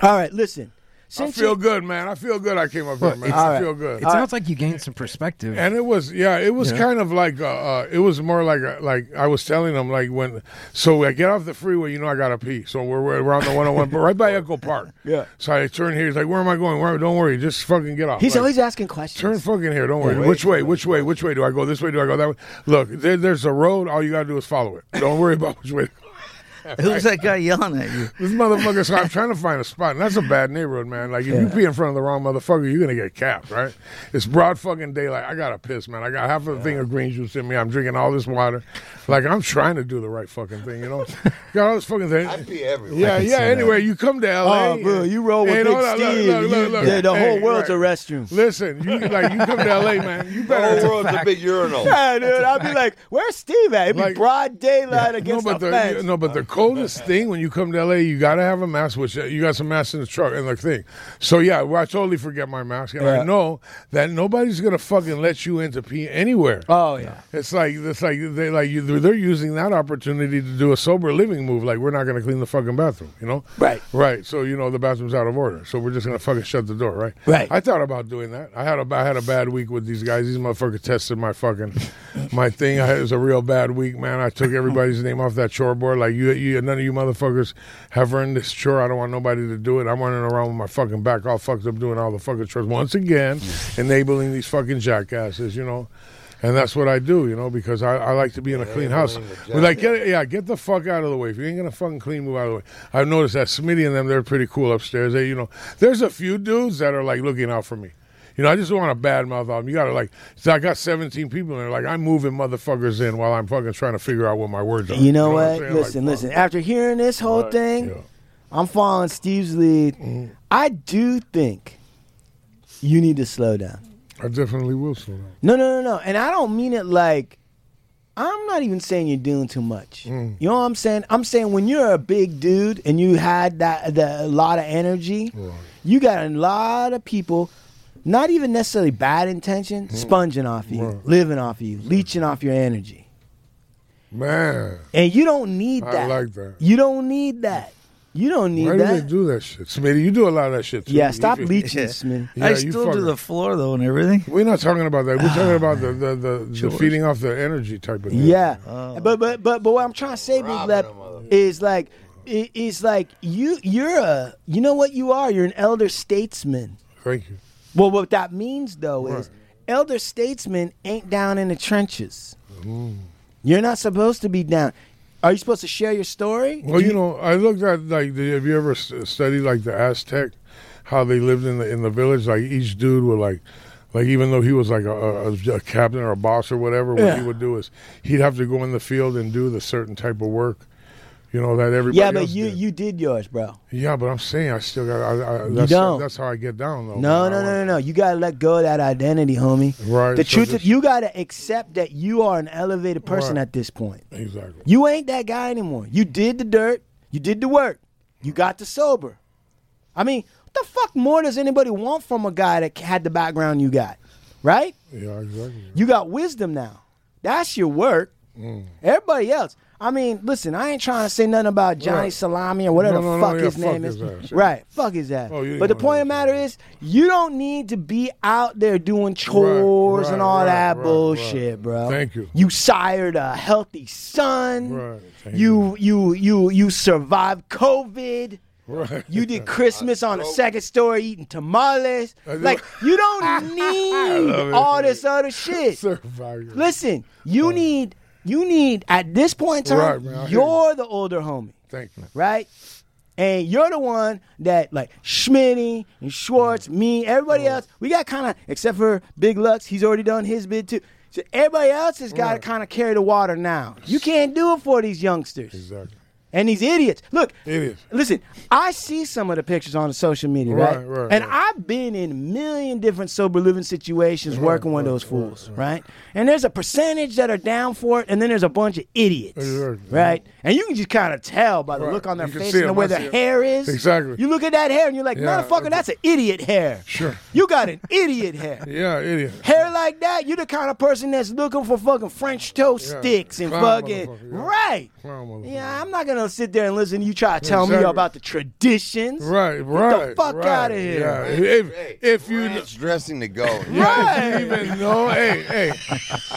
All right, listen.
I feel good, man. I feel good. I came up here, man. I feel good.
It sounds like you gained some perspective.
And it was, yeah, it was
Yeah.
kind of like, uh, uh, it was more like, a, like I was telling them, like when, so I get off the freeway, you know, I gotta pee. So we're, we're around the 101, but right by Echo Park.
Yeah.
So I turn here. He's like, "Where am I going? Where? Don't worry, just fucking get off."
He's
Like,
always asking questions.
Turn fucking here. Don't worry.
Yeah, wait.
which way? Which way? Which way do I go? This way? Do I go that way? Look, there, there's a road. All you gotta do is follow it. Don't worry about which way.
Who's that guy yelling at you?
This motherfucker. So I'm trying to find a spot, and that's a bad neighborhood, man. Like if you
Yeah.
pee in front of the wrong motherfucker, you're gonna get capped, right? It's broad fucking daylight. I gotta piss, man. I got half a thing of green juice in me. I'm drinking all this water. Like I'm trying to do the right fucking thing, you know? got all this fucking thing. I
pee everywhere.
Yeah,
I can
yeah.
see that.
Anyway, you come to LA.
Oh, bro, you roll with
Hey,
Big
hold on, look,
Steve.
look,
You-
look, look.
the- the whole
Hey,
world's
right.
a restroom.
Listen, you like you come to LA, man. You better.
The whole world's a big urinal.
Yeah, dude. I'd be like, where's Steve at? It'd be
Like-
broad daylight against
no, but
the,
the,
fence.
you- no, but the coldest thing when you come to LA, you gotta have a mask. Which uh, you got some masks in the truck and the thing. So yeah, well, I totally forget my mask, and I
Yeah.
know that nobody's gonna fucking let you in to pee anywhere.
Oh yeah,
it's like it's like they like you, they're using that opportunity to do a sober living move. Like we're not gonna clean the fucking bathroom, you know?
Right.
Right. So you know the bathroom's out of order, so we're just gonna fucking shut the door, right?
Right.
I thought about doing that. I had a I had a bad week with these guys. These motherfuckers tested my fucking my thing. I had, it was a real bad week, man. I took everybody's name off that chore board. Like you, you none of you motherfuckers have earned this chore. I don't want nobody to do it. I'm running around with my fucking back all fucked up doing all the fucking chores once again, enabling these fucking jackasses, you know. And that's what I do, you know, because I, I like to be in a clean house.
enabling the
But like, get, yeah, get the fuck out of the way. If you ain't gonna fucking clean, move out of the way. I've noticed that Smitty and them, they're pretty cool upstairs. They, you know, there's a few dudes that are like looking out for me. You know, I just don't want a bad mouth on them. You gotta like, so I got 17 people in there. Like, I'm moving motherfuckers in while I'm fucking trying to figure out what my words are.
You know
I'm
what?
saying? Like,
Listen, listen. After hearing this whole
Right, Mm.
thing, I'm following Steve's lead. I do think you need to slow down.
I definitely will slow down.
No, no, no, no. And I don't mean it like I'm not even saying you're doing too much.
Mm.
You know what I'm saying? I'm saying when you're a big dude and you had that the, a lot of energy, you got a lot of people not even necessarily bad intention,
Mm.
sponging off you, living off you, leeching off your energy.
Man,
And you don't need
I
that.
like that.
You don't need that. You don't need
why do they
that.
do that shit? Smitty, you do a lot of that shit too.
Yeah,
You
stop
feel-
leeching, Smitty.
Yeah,
I
you
still do
fucking-
the floor though and everything.
We're not talking about that.
Ah,
We're talking about the the, the, the
George.
feeding off the energy type of thing.
Yeah.
Oh.
But but but but what I'm trying to say, Big Lep, is like i- is like you you're a you know what you are? You're an elder statesman.
Thank you.
Well what that means though is elder statesmen ain't down in the trenches.
Mm-hmm.
You're not supposed to be down. Are you supposed to share your story?
Well, you know, I looked at like, the, have you ever s- studied like the Aztec, how they lived in the in the village? Like each dude would like, like even though he was like a, a, a captain or a boss or whatever, what he
Yeah.
would do is he'd have to go in the field and do the certain type of work, you know that everybody.
Yeah, but
else
you
did.
you did yours, bro.
Yeah, but I'm saying I still got. I, I, that's,
don't.
That's how I get down though.
No,
man. I
no, no, no,
wanna-
no. You gotta let go of that identity, homie.
Right.
The
so
truth
just-
is, you gotta accept that you are an elevated person
Right.
at this point.
Exactly.
You ain't that guy anymore. You did the dirt. You did the work. You got the sober. I mean, What the fuck more does anybody want from a guy that had the background you got? Right?
Yeah, exactly.
You got wisdom now. That's your work.
Mm.
Everybody else. I mean, listen, I ain't trying to say nothing about Johnny
Right.
Salami or whatever
No, no,
the
no,
fuck
yeah,
his
fuck
name
his
is.
ass, yeah.
Right. Fuck his ass.
Oh, you didn't
but the
want
point of the matter is, you don't need to be out there doing chores
right,
and all
right,
that
right,
bullshit, bro.
Thank you.
You sired a healthy son.
Right. Thank
You you you you survived COVID.
Right.
You did Christmas on the second story eating tamales. Like you don't
love
need
it.
all this other shit.
Survivor.
Listen, you need you need at this point in time,
Right, man, I hear
you're the older homie.
Thank you.
Right? And you're the one that like Schmitty and Schwartz,
Mm-hmm.
me, everybody else, we got kinda except for Big Lux, he's already done his bid too. So everybody else has got to kind of carry the water now. You can't do it for these youngsters.
Exactly.
And these idiots. Look,
Idiots.
listen, I see some of the pictures on the social media, right?
Right, right,
and I've been in a million different sober living situations working with those fools, right, And there's a percentage that are down for it, and then there's a bunch of idiots,
Exactly.
right? And you can just kind of tell by the
Right.
look on their
You can
face
see
and the
'em.
way
I
their
see 'em.
hair is.
Exactly.
You look at that hair and you're like,
Yeah,
motherfucker, that's an idiot hair.
Sure.
You got an idiot hair.
Yeah, idiot.
Hair like that, you're the kind of person that's looking for fucking French toast
Yeah.
sticks and
Clown
fucking
motherfucker, yeah.
right.
Clown motherfucker.
Yeah, I'm not gonna sit there and listen to you try to tell me
Exactly.
about the traditions.
Right,
Get
right.
the fuck
right.
out of here.
Yeah. If, if you
It's dressing to go.
Right. even know, hey, hey,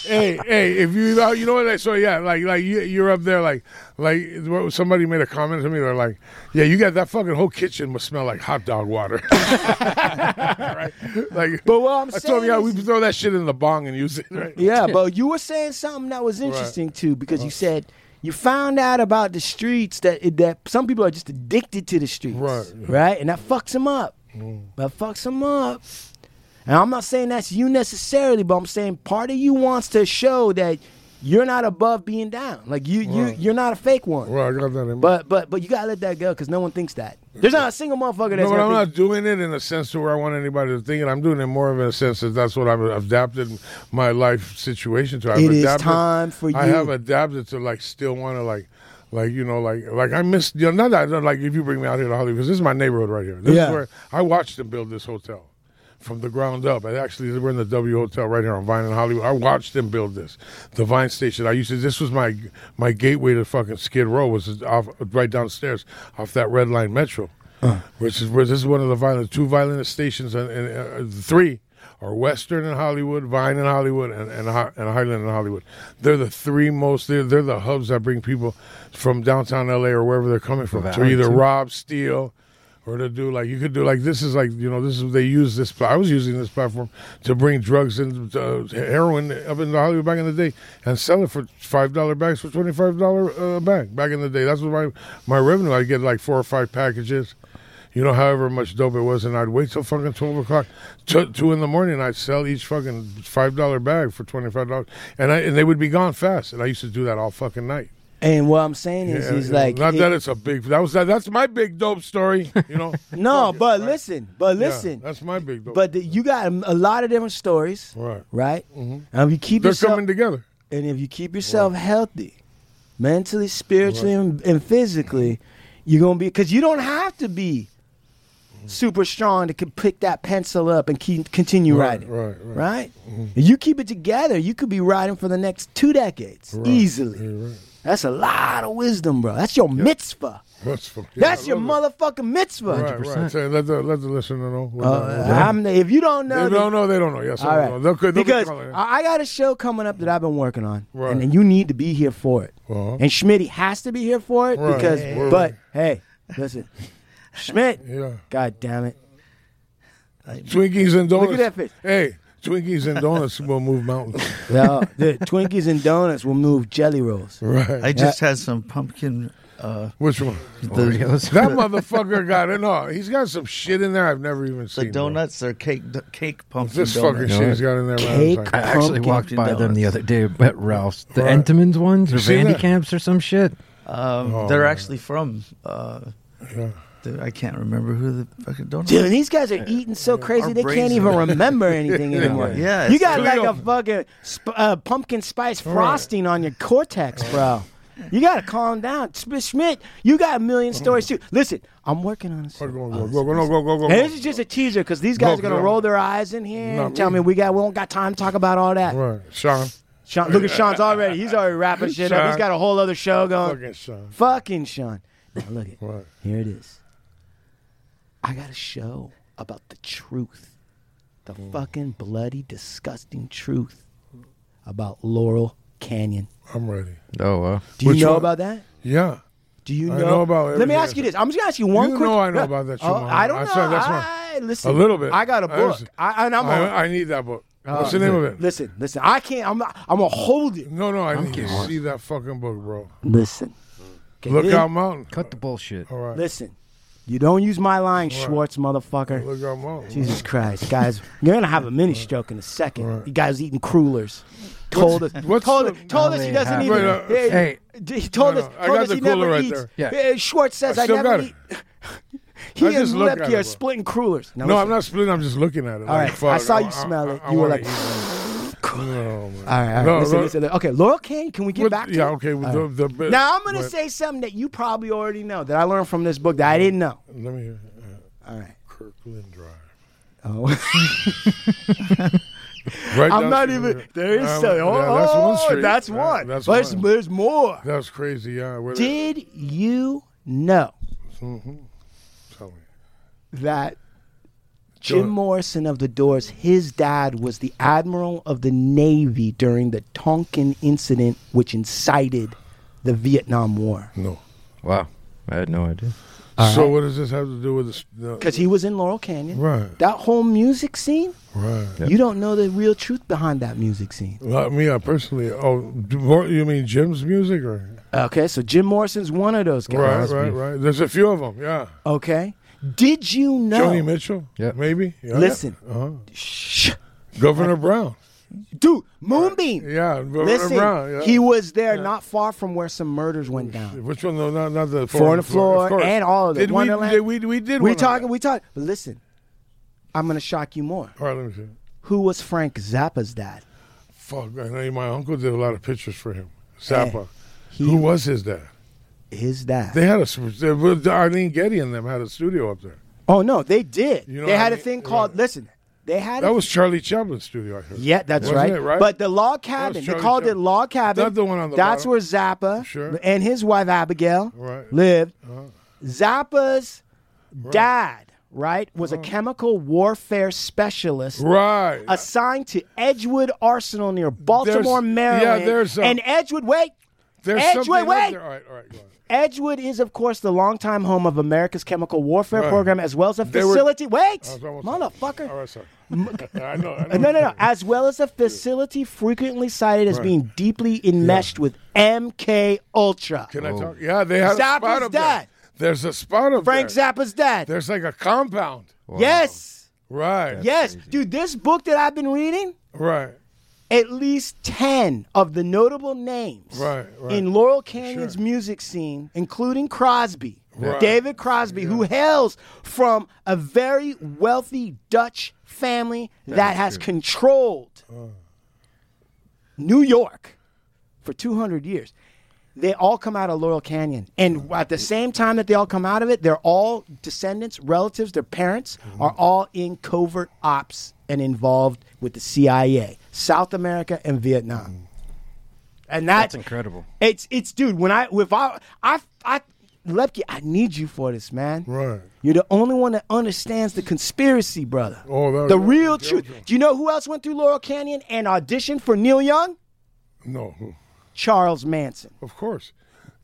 hey, hey, if you know, you know what? I- So yeah, like, like you, you're up there, like, like what- somebody made a comment to me. They're like, yeah, you got that fucking whole kitchen must smell like hot dog water. right? Like,
But what I'm
I told
saying
him, yeah, we
is-
throw that shit in the bong and use it. Right?
Yeah, but you were saying something that was interesting too, because
Uh,
you said you found out about the streets that that some people are just addicted to the streets,
Right. Mm.
Right, and that fucks them up. That fucks them up. And I'm not saying that's you necessarily, but I'm saying part of you wants to show that you're not above being down. Like you, you,
Right.
you're not a fake one.
Well, I got that in.
But but but you gotta let that go because no one thinks that. There's not a single motherfucker that's
No, but
gonna
I'm
think-
not doing it in a sense to where I want anybody to think it. I'm doing it more of in a sense that that's what I've adapted my life situation to. I've
It is
adapted,
time for
I
you.
have adapted to like still want to like. Like you know, like like I miss you know, not that I don't- like if you bring me out here to Hollywood because this is my neighborhood right here. This
Yeah.
is where I watched them build this hotel from the ground up. And actually, we're in the W Hotel right here on Vine and Hollywood. I watched them build this, the Vine Station. I used to. This was my my gateway to fucking Skid Row was off right downstairs off that Red Line Metro,
Uh.
which is where this is one of the violent two violent stations and, and uh, three. Are Western and Hollywood, Vine and Hollywood, and and, Hi- and Highland and Hollywood. They're the three most. They're, they're the hubs that bring people from downtown LA or wherever they're coming from. So
Valley,
either
too.
Rob Steele, or to do like you could do like this is like you know this is they use this pla- I was using this platform to bring drugs and uh, heroin up into Hollywood back in the day and sell it for five dollar bags for twenty five dollar uh, bag back in the day that's what my my revenue I'd get like four or five packages you know however much dope it was and I'd wait till fucking twelve o'clock t- two in the morning and I'd sell each fucking five dollar bag for twenty five dollars and I and they would be gone fast and I used to do that all fucking night
And what I'm saying is,
Yeah,
is
you know,
like
not
it-
that it's a big that was that, that's my big dope story you know.
no, but listen, but
Yeah,
listen,
that's my big dope.
but the, you got a lot of different stories,
right, Mm-hmm.
right? And if you keep
they're
yourself
coming together.
and if you keep yourself healthy, mentally, spiritually, and, and physically, you're gonna be because you don't have to be
Mm-hmm.
super strong to can pick that pencil up and keep continue
Right,
writing,
right, Mm-hmm. right.
right? If you keep it together, you could be writing for the next two decades
Right.
easily.
Yeah, right.
That's a lot of wisdom, bro. That's your mitzvah.
That's, from,
That's your motherfucking mitzvah.
Right, right. So let the let the listener know.
Uh, I'm, if you don't know,
they
then-
don't know. They don't know. Yes,
all
I
right.
don't know. They'll, they'll be
because
calling in.
I I got a show coming up that I've been working on,
Right.
and, and you need to be here for it.
Uh-huh.
And Schmitty has to be here for it
Right.
because.
Yeah.
But hey, listen, Schmidt.
Yeah.
God damn it!
Twinkies and
Look
donuts.
at that face.
Hey, Twinkies and donuts will move mountains.
No, the Twinkies and donuts will move jelly rolls.
Right.
I just had some pumpkin. Uh,
Which one?
Oreos.
That motherfucker got it. No, he's got some shit in there I've never even
the
seen. bro.
donuts are cake cake pumpkin.
This fucking
donuts.
shit he's got in there. man.
Cake.
It's
I
like-
actually
Pumpkin
walked by them the
donuts.
other day at Ralph's. The
Right.
Entenmann's ones or
You seen
Vandy
that?
Camps or some shit.
Um,
Oh,
they're
man.
actually from. Uh,
Yeah.
the- I can't remember who the fucking donuts.
Dude, these guys are eating so crazy
Our
they
brains
can't even
are-
remember anything anymore.
Yeah,
you
it's
got
true.
like a fucking sp- uh, pumpkin spice frosting on your cortex, bro. You gotta calm down, Schmidt. Schmidt you got a million stories too. Listen, I'm working on a story.
Go, go, go, no, go, go, go.
Now, this is just a teaser because these guys
Go,
are gonna
go.
roll their eyes in here
Not
and tell
me.
me we got we don't got time to talk about all that.
Right, Sean.
Sean, look at Sean's already. He's already wrapping shit up. He's
Sean.
got a whole other show going.
Fucking Sean.
Fucking Sean. Now look at
Right.
here it is. I got a show about the truth, the fucking bloody, disgusting truth about Laurel Canyon.
I'm ready.
Oh, wow.
Do you
Which
know
one?
about that?
Yeah.
Do you know?
I know about
Let me
everything.
ask you this. I'm just gonna ask you one.
You
quick,
know I know about that shit,
Oh,
Mom.
I don't
I
know.
said that's my-
I, listen,
A little bit.
I got a
I
book.
understand.
I, and I'm.
I-
on-
I need that book.
Oh,
What's the name of it?
Listen, listen. I can't. I'm. Not, I'm gonna hold it.
No, no, I
I'm
need to
getting one.
see that fucking book, bro.
Listen.
Lookout Mountain.
Cut the bullshit.
All right.
Listen. You don't use my line, Schwartz, motherfucker.
Lookout Mountain.
Jesus Christ, guys, you're gonna have a mini stroke in a second. You guys eating crullers. Told us, told, us- told us he doesn't
Wait,
even.
uh,
yeah,
hey.
d- he told
No,
us,
no, I
told
got
us
the
he never
cooler right
eats.
there.
Yeah, Schwartz says
I
I,
still
never
got
eat.
it.
He
I
is
just look
left
at
here
it, bro.
splitting crullers. Now
No, I'm
listen.
not splitting. I'm just looking at it.
All
like,
right,
fuck,
I saw
I-
you smell
I-
it.
I
you were
wanna
like,
eat No, man.
all right, all right.
No,
listen,
no.
listen, listen. Okay, Laurel Kane, can we get
With-
back to
yeah,
it?
okay, with
All
the- the-
now I'm gonna
but-
say something that you probably already know that I learned from this book that I didn't know.
Let me hear.
All right.
Kirkland Drive.
Oh.
Right
I'm
down
not
the-
even. There is
Uh,
so.
yeah,
Oh,
that's one street.
That's
Yeah,
one.
that's
But there's-
one.
There's more.
That's crazy. Yeah. where they-
Did you know
Mhm. Tell me.
that
Go
Jim
ahead.
Morrison of the Doors, his dad was the admiral of the Navy during the Tonkin incident, which incited the Vietnam War?
No.
Wow. I had no idea.
So what does this have to do with this?
Because he was in Laurel Canyon.
Right.
That whole music scene,
Right.
you don't know the real truth behind that music scene.
Well, me, I personally. Oh, do- what- you mean Jim's music, or
Okay, so Jim Morrison's one of those
right,
guys.
right, right? There's a few of them. Yeah.
Okay. Did you know?
Joni Mitchell.
Yeah.
Maybe. Yeah.
Listen.
Uh-huh.
Shh.
Governor Brown.
Dude, Moonbeam.
Yeah. Governor
Listen,
Brown. Yeah.
he was there not far from where some murders went down.
Which one? though? not, not the
Four on the
of
floor
course.
and all of it.
Did we,
Wonderland.
did we, we did.
We
one of
talking, we talking. But listen, I'm gonna shock you more.
that. All right, let me see.
Who was Frank Zappa's dad?
Fuck, I know my uncle did a lot of pictures for him. Zappa.
He-
Who was his dad?
His dad.
They had a. s- they- well, Arlene Getty and them had a studio up there.
oh no, they did.
You know
they
what I
had a
mean?
thing called. Listen, they had.
That
a,
was Charlie Chaplin's studio. I heard.
Yeah, that's
Wasn't
right.
it, right?
But the log
That was
cabin, they
Charlie
called it
Chaplin.
log cabin.
Not the one on the
That's
bottom.
where Zappa
Sure.
and his wife Abigail
Right. Uh-huh.
lived. Zappa's dad, right, was a chemical warfare specialist.
Uh-huh. Right.
Assigned to Edgewood Arsenal near Baltimore,
There's-
Maryland.
yeah, there's uh, a-
and Edgewood. Wait,
There's
Edge,
something
wait,
up
wait.
There. All right, all right, go on.
Edgewood is, of course, the longtime home of America's chemical warfare
Right.
program, as well as a
They were-
facility. Wait,
I was almost-
motherfucker.
All right, sorry. I know.
Uh,
I know.
No, no, no. As well as a facility frequently cited as
Right.
being deeply enmeshed with MK Ultra.
Can I talk? Yeah, they had
Zappa's
a spot up
dad.
there. There's a spot up
Frank
there.
Zappa's dad.
There's like a compound.
Yes,
Right.
yes, dude. This book that I've been reading,
Right.
at least ten of the notable names
Right, right.
in Laurel Canyon's music scene, including Crosby,
Right.
David Crosby, who hails from a very wealthy Dutch family that, has controlled
Uh.
New York for 200 years. They all come out of Laurel Canyon. And at the same time that they all come out of it, they're all descendants, relatives, their parents are all in covert ops and involved with the CIA, South America, and Vietnam. And that,
That's incredible.
It's, it's, dude, when I, if I, I, I, Lepke, I need you for this, man.
Right.
You're the only one that understands the conspiracy, brother.
Oh, that
the
was-
real truth. Do you know who else went through Laurel Canyon and auditioned for Neil Young?
No.
Charles Manson.
Of course.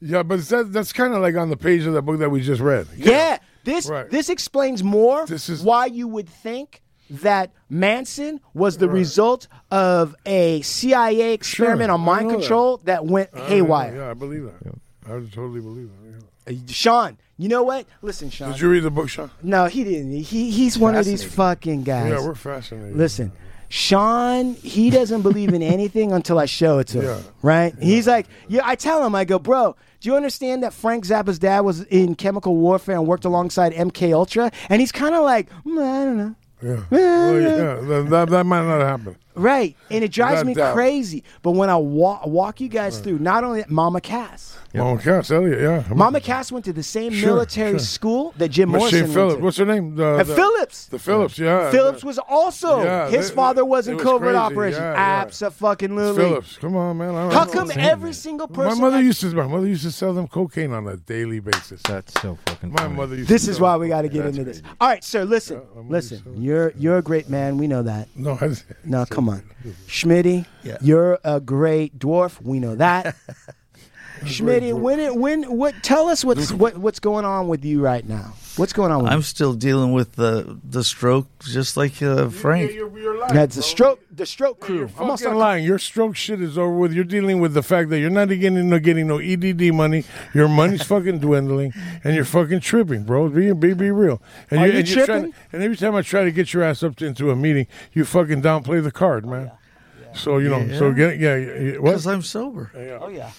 Yeah, but that, that's kind of like on the page of the book that we just read.
Yeah. This
Right.
this explains more
This is-
why you would think that Manson was the result of a CIA experiment
Sure, Oh,
on
I
mind
know that.
control that, went
I-
haywire.
Yeah, I believe that. I totally believe that. yeah.
Uh, Sean, you know what? Listen, Sean.
Did you read the book, Sean?
no, he didn't. He he's one of these fucking guys.
Yeah, we're fascinated.
Listen, Sean, he doesn't believe in anything until I show it to him.
Yeah.
Right? He's like, yeah, I tell him, I go, bro, do you understand that Frank Zappa's dad was in chemical warfare and worked alongside MK Ultra? And he's kind of like, "Mm, I don't know.
Yeah. Well, yeah. That, that, that might not happen.
Right, and it drives
Without
me
doubt.
crazy. But when I walk, walk you guys through, not only Mama Cass,
Mama Cass, Elliot, yeah. I mean-
Mama Cass went to the same
Mm-hmm. Sure,
military
sure.
school that Jim
Miss Shea
Morrison
Phillips.
went to.
What's her name? The,
Uh,
the-
Phillips.
The Phillips, yeah.
Phillips was also
Yeah,
his
they-
father was
it
in
was
covert
crazy,
operation.
yeah, yeah.
Absolutely.
Phillips. Come on, man. I don't
How
know.
come every single person?
My mother
that-
used to. My mother used to sell them cocaine on a daily basis.
That's so fucking.
My mother used.
This
to
is
sell-
why we got to get into this. All right, sir. Listen, listen. You're you're a great man. We know that.
No,
no. Come on, Schmitty. You're a great dwarf. We know that. Schmitty, when it when what? Tell us what's what what's going on with you right now. What's going on with
I'm still dealing with the the stroke, just like uh, Frank.
That's the stroke. The stroke crew.
I'm not lying. Your stroke shit is over with. You're dealing with the fact that you're not getting no getting no EDD money. Your money's fucking dwindling, and you're fucking tripping, bro. Be be, be real. And
Are you
and you're trying-
tripping?
and every time I try to get your ass up to, into a meeting, you fucking downplay the card,
Oh,
man. So you know. So
Yeah.
get yeah. yeah what?
Because I'm sober.
Oh yeah.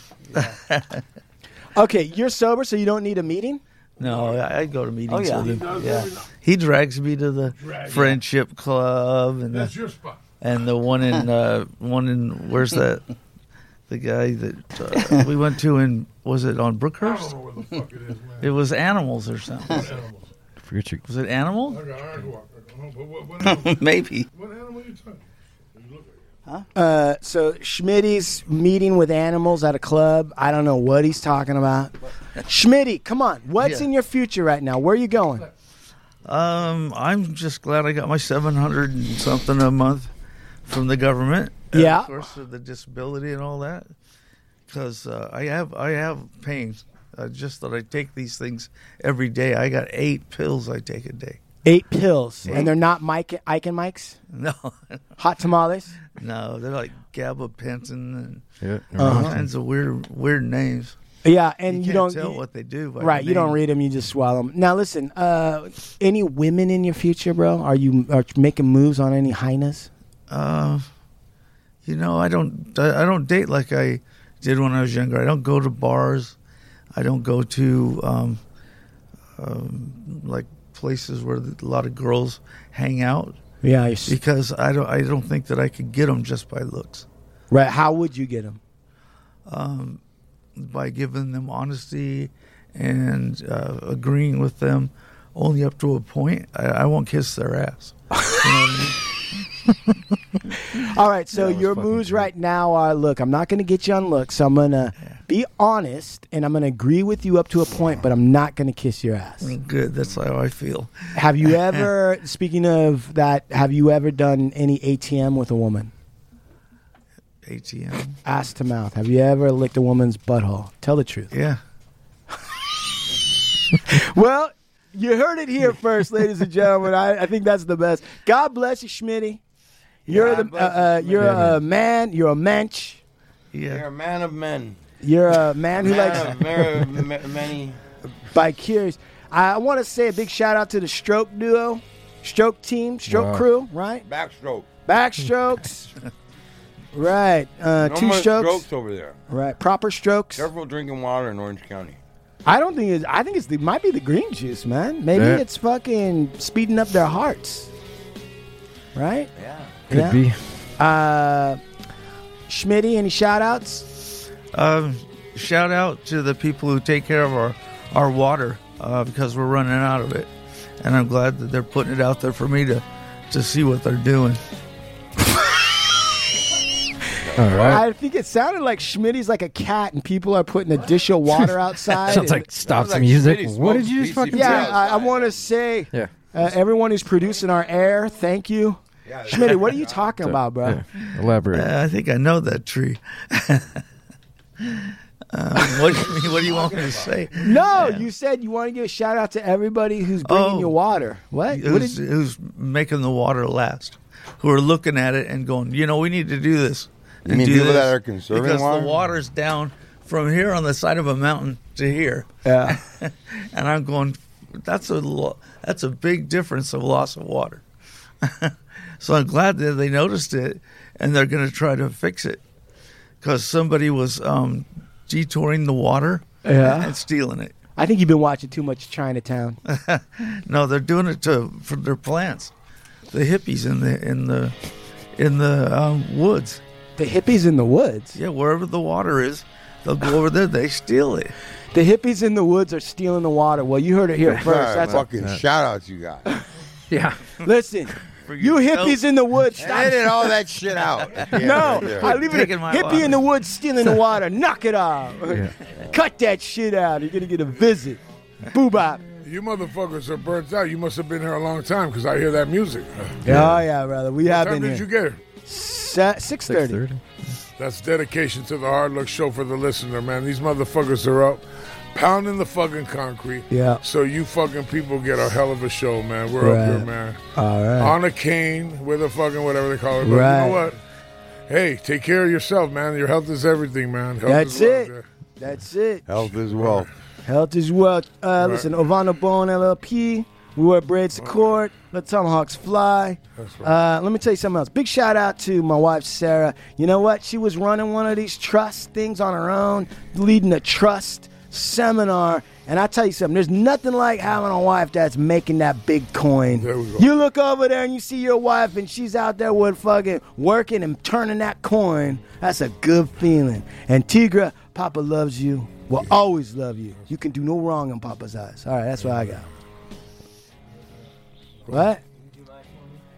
okay, you're sober, so you don't need a meeting.
No, I, I go to meetings
Oh, yeah. He
with him.
does
yeah.
everything.
He drags me to the
Drag-
friendship club and
That's
the,
your spot.
And the one in uh, one in where's that? The guy that uh, we went to in was it on Brookhurst?
Oh.
It was animals or something.
Forget your
Was it animal?
Okay, I go out there. No, but what- what
Maybe.
What animal you talking?
Uh, so Schmitty's meeting with animals at a club. I don't know what he's talking about. Schmitty, come on. What's
Yeah.
in your future right now? Where are you going?
Um, I'm just glad I got my 700 and something a month from the government. And
Yeah.
Of course, with the disability and all that, because uh, I have I have pain. Uh, just that I take these things every day. I got eight pills I take a day.
Eight pills,
Eight.
and they're not Mike Ike and Mike's.
No,
Hot tamales.
no, they're like gabapentin and
Yeah,
all
Uh-huh.
kinds of weird weird names.
Yeah, and you, don't
can't tell what they do by
Right,
the
you don't
name.
read them. You just swallow them. Now listen. Uh, any women in your future, bro? Are you are you making moves on any hyenas?
Uh, you know, I don't I I don't date like I did when I was younger. I don't go to bars. I don't go to um, um, like places where a lot of girls hang out.
Yeah, I s-
because I don't I don't think that I could get them just by looks.
Right. How would you get them?
Um, by giving them honesty and uh, agreeing with them only up to a point. I, I won't kiss their ass. You know what I mean?
All right, so your moves right now are look, I'm not going to get you on looks. I'm going to be honest and I'm going to agree with you up to a point, but I'm not going to kiss your ass.
Good. That's how I feel.
Have you ever, speaking of that, have you ever done any ATM with a woman?
ATM?
Ass to mouth. Have you ever licked a woman's butthole? Tell the truth.
Yeah.
well, you heard it here first, ladies and gentlemen. I, I think that's the best. God bless you, Schmitty. You're
God
the
bless you,
uh, uh,
Schmitty.
you're
Yeah,
a man. You're a mensch.
Yeah.
You're a man of men.
You're a man who
Man
likes
of very ma- many.
by Curious. I want to say a big shout out to the Stroke Duo, Stroke Team, Stroke
Wow.
Crew, right?
Backstroke.
Backstrokes, right? Uh,
no
two
more
strokes,
over there.
right? Proper strokes.
Careful drinking water in Orange County.
I don't think it's. I think it's. The, might be the green juice, man. Maybe
Yeah.
it's fucking speeding up their hearts, right? Yeah,
Could be.
Uh, Schmitty, any shout outs?
Um, shout out to the people who take care of our our water uh, because we're running out of it, and I'm glad that they're putting it out there for me to to see what they're doing.
All
I think it sounded like Schmitty's like a cat, and people are putting a dish of water outside.
Sounds
and-
like stops music. What did you just fucking
Yeah,
say?
I, I want to say,
Yeah.
uh, everyone who's producing our air, thank you. Schmitty, what are you talking about, bro?
Elaborate.
I think I know that tree. um, what do you mean? What do you want me to say?
No, you said you want to give a shout out to everybody who's bringing
Oh.
you water. What? what
Who's, who's making the water last? Who are looking at it and going, you know, we need to do this.
You
and
mean
do
people that
this
are conserving
because
water?
the water's down from here on the side of a mountain to here.
Yeah.
and I'm going. That's a lo- that's a big difference of loss of water. so I'm glad that they noticed it, and they're going to try to fix it because somebody was um, detouring the water
Yeah.
and stealing it.
I think you've been watching too much Chinatown.
no, they're doing it to for their plants. The hippies in the in the in the um, woods.
The hippies in the woods.
Yeah, wherever the water is, they'll go over there. They steal it.
The hippies in the woods are stealing the water. Well, you heard it here
All
first.
right,
That's a-
fucking shout outs you got.
Yeah. Listen, you hippies in the woods. Stop
Edit all that shit out. Yeah,
no,
right there.
I leave it.
Taking
at
my
Hippie
water.
in the woods stealing the water. Knock it off.
Yeah.
Cut that shit out. You're gonna get a visit. Boo bop.
You motherfuckers are burnt out. You must have been here a long time because I hear that music.
Oh yeah, brother. We
What
have
time
been
did
here.
you get here?
Six thirty.
That's dedication to the Hard Look Show for the listener, man. These motherfuckers are up, pounding the fucking concrete.
Yeah.
So you fucking people get a hell of a show, man. We're up here,
Right.
man.
All right.
On a cane with a fucking whatever they call it. But
Right.
you know what? Hey, take care of yourself, man. Your health is everything, man. Health
That's
is wealth,
it. That's it.
Health is wealth.
Health is wealth. Uh, Listen, Ovano Bone LLP. We wear braids to court. Let tomahawks fly.
That's
Uh, let me tell you something else. Big shout out to my wife Sarah. You know what? She was running one of these trust things on her own, leading a trust seminar. And I tell you something, there's nothing like having a wife that's making that big coin. You look over there and you see your wife, and she's out there with fucking working and turning that coin. That's a good feeling. And Tigra, Papa loves you. Will always love you. You can do no wrong in Papa's eyes. All right, that's what I got. What?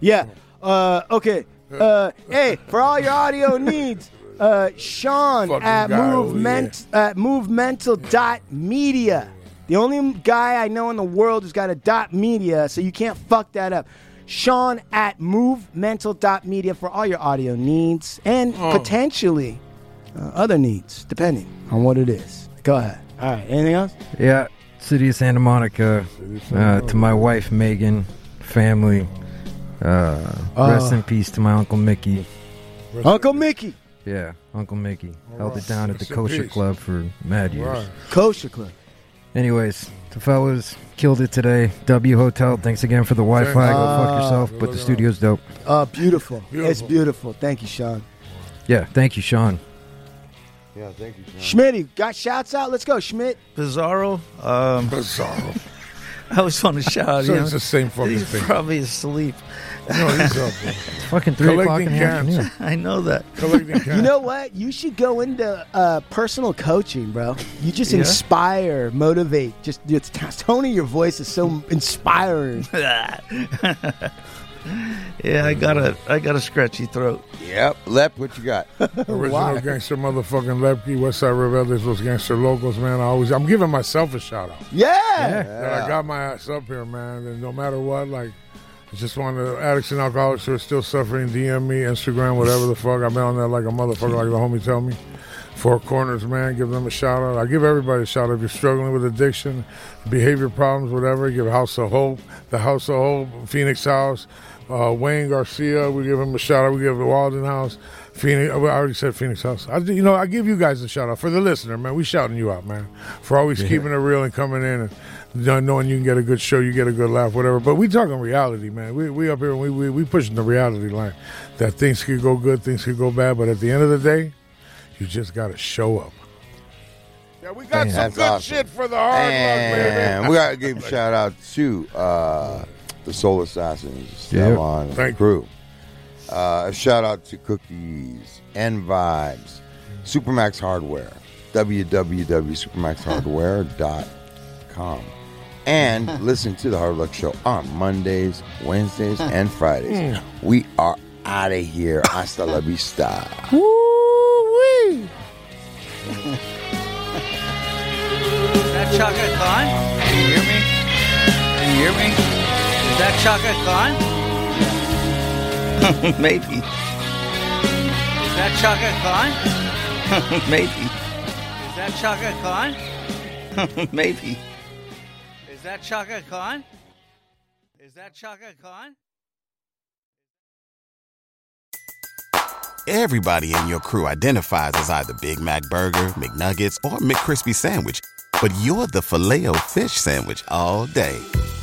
Yeah. Uh, okay. Uh, hey, for all your audio needs, uh, Sean at
guy over
movement at movemental dot media. The only guy I know in the world who's got a dot media, so you can't fuck that up. Sean at movemental dot media for all your audio needs and
Oh.
potentially uh, other needs, depending on what it is. Go ahead. All right. Anything else?
Yeah, city of Santa Monica. Uh, to my wife Megan, family. Uh, rest
Uh.
in peace to my uncle Mickey.
Uncle Mickey,
Yeah, Uncle Mickey held
right.
it down at the
Rest in
Kosher
peace.
Club for mad years.
Kosher Club.
Anyways, the fellas killed it today. W Hotel, thanks again for the Wi Fi. Go
Ah.
fuck yourself, but the studio's dope.
Uh, beautiful. It's beautiful. Thank you, Sean.
Yeah, thank you, Sean.
Yeah, thank you.
Schmitty, got shouts out? Let's go, Schmidt.
Bizarro. Um,
Bizarro.
I was on a shout.
So
you
it's
know.
the same fucking
he's
thing.
Probably asleep.
No, he's up.
fucking
three o'clock Collecting in the cans. afternoon.
I know that.
You know what? You should go into uh, personal coaching, bro. You just
Yeah?
inspire, motivate. Just it's, Tony, your voice is so inspiring.
yeah, I got a I got a scratchy throat.
Yep, Lep, what you got?
Original
Why?
gangster motherfucking Lepke, Westside Rebellious, those gangster locals, man. I always, I'm giving myself a shout out.
Yeah.
That I got my ass up here, man. And no matter what, like, I just want to, addicts and alcoholics who are still suffering, DM me, Instagram, whatever the fuck. I've been on there like a motherfucker, like the homie tell me. Four Corners, man. Give them a shout out. I give everybody a shout out. If you're struggling with addiction, behavior problems, whatever, give House of Hope, the House of Hope, Phoenix House, uh, Wayne Garcia. We give him a shout out. We give the Walden House, Phoenix. I already said Phoenix House. I, you know, I give you guys a shout out for the listener, man. We shouting you out, man, for always keeping it real and coming in and kn- knowing you can get a good show, you get a good laugh, whatever. But we talking reality, man. We we up here and we we, we pushing the reality line that things could go good, things could go bad, but at the end of the day. You just gotta show up. Yeah, we got
Damn.
some
That's
good
awesome.
shit for the hard
And
luck,
we
baby.
gotta give a shout out to uh, the Soul Assassins,
Yeah.
Stefan and crew. Uh, a shout out to Cookies and Vibes, Supermax Hardware, www.supermaxhardware.com, and listen to the Hard Luck Show on Mondays, Wednesdays, and Fridays. We are out of here. Hasta la vista.
Woo-wee.
Is that Chaka Khan? Can you hear me? Can you hear me? Is that Chaka Khan?
Maybe.
Is that Chaka Khan?
Maybe.
Is that Chaka Khan?
Maybe.
Is that Chaka Khan? Is that Chaka Khan?
Everybody in your crew identifies as either Big Mac Burger, McNuggets, or McCrispy Sandwich. But you're the filet fish Sandwich all day.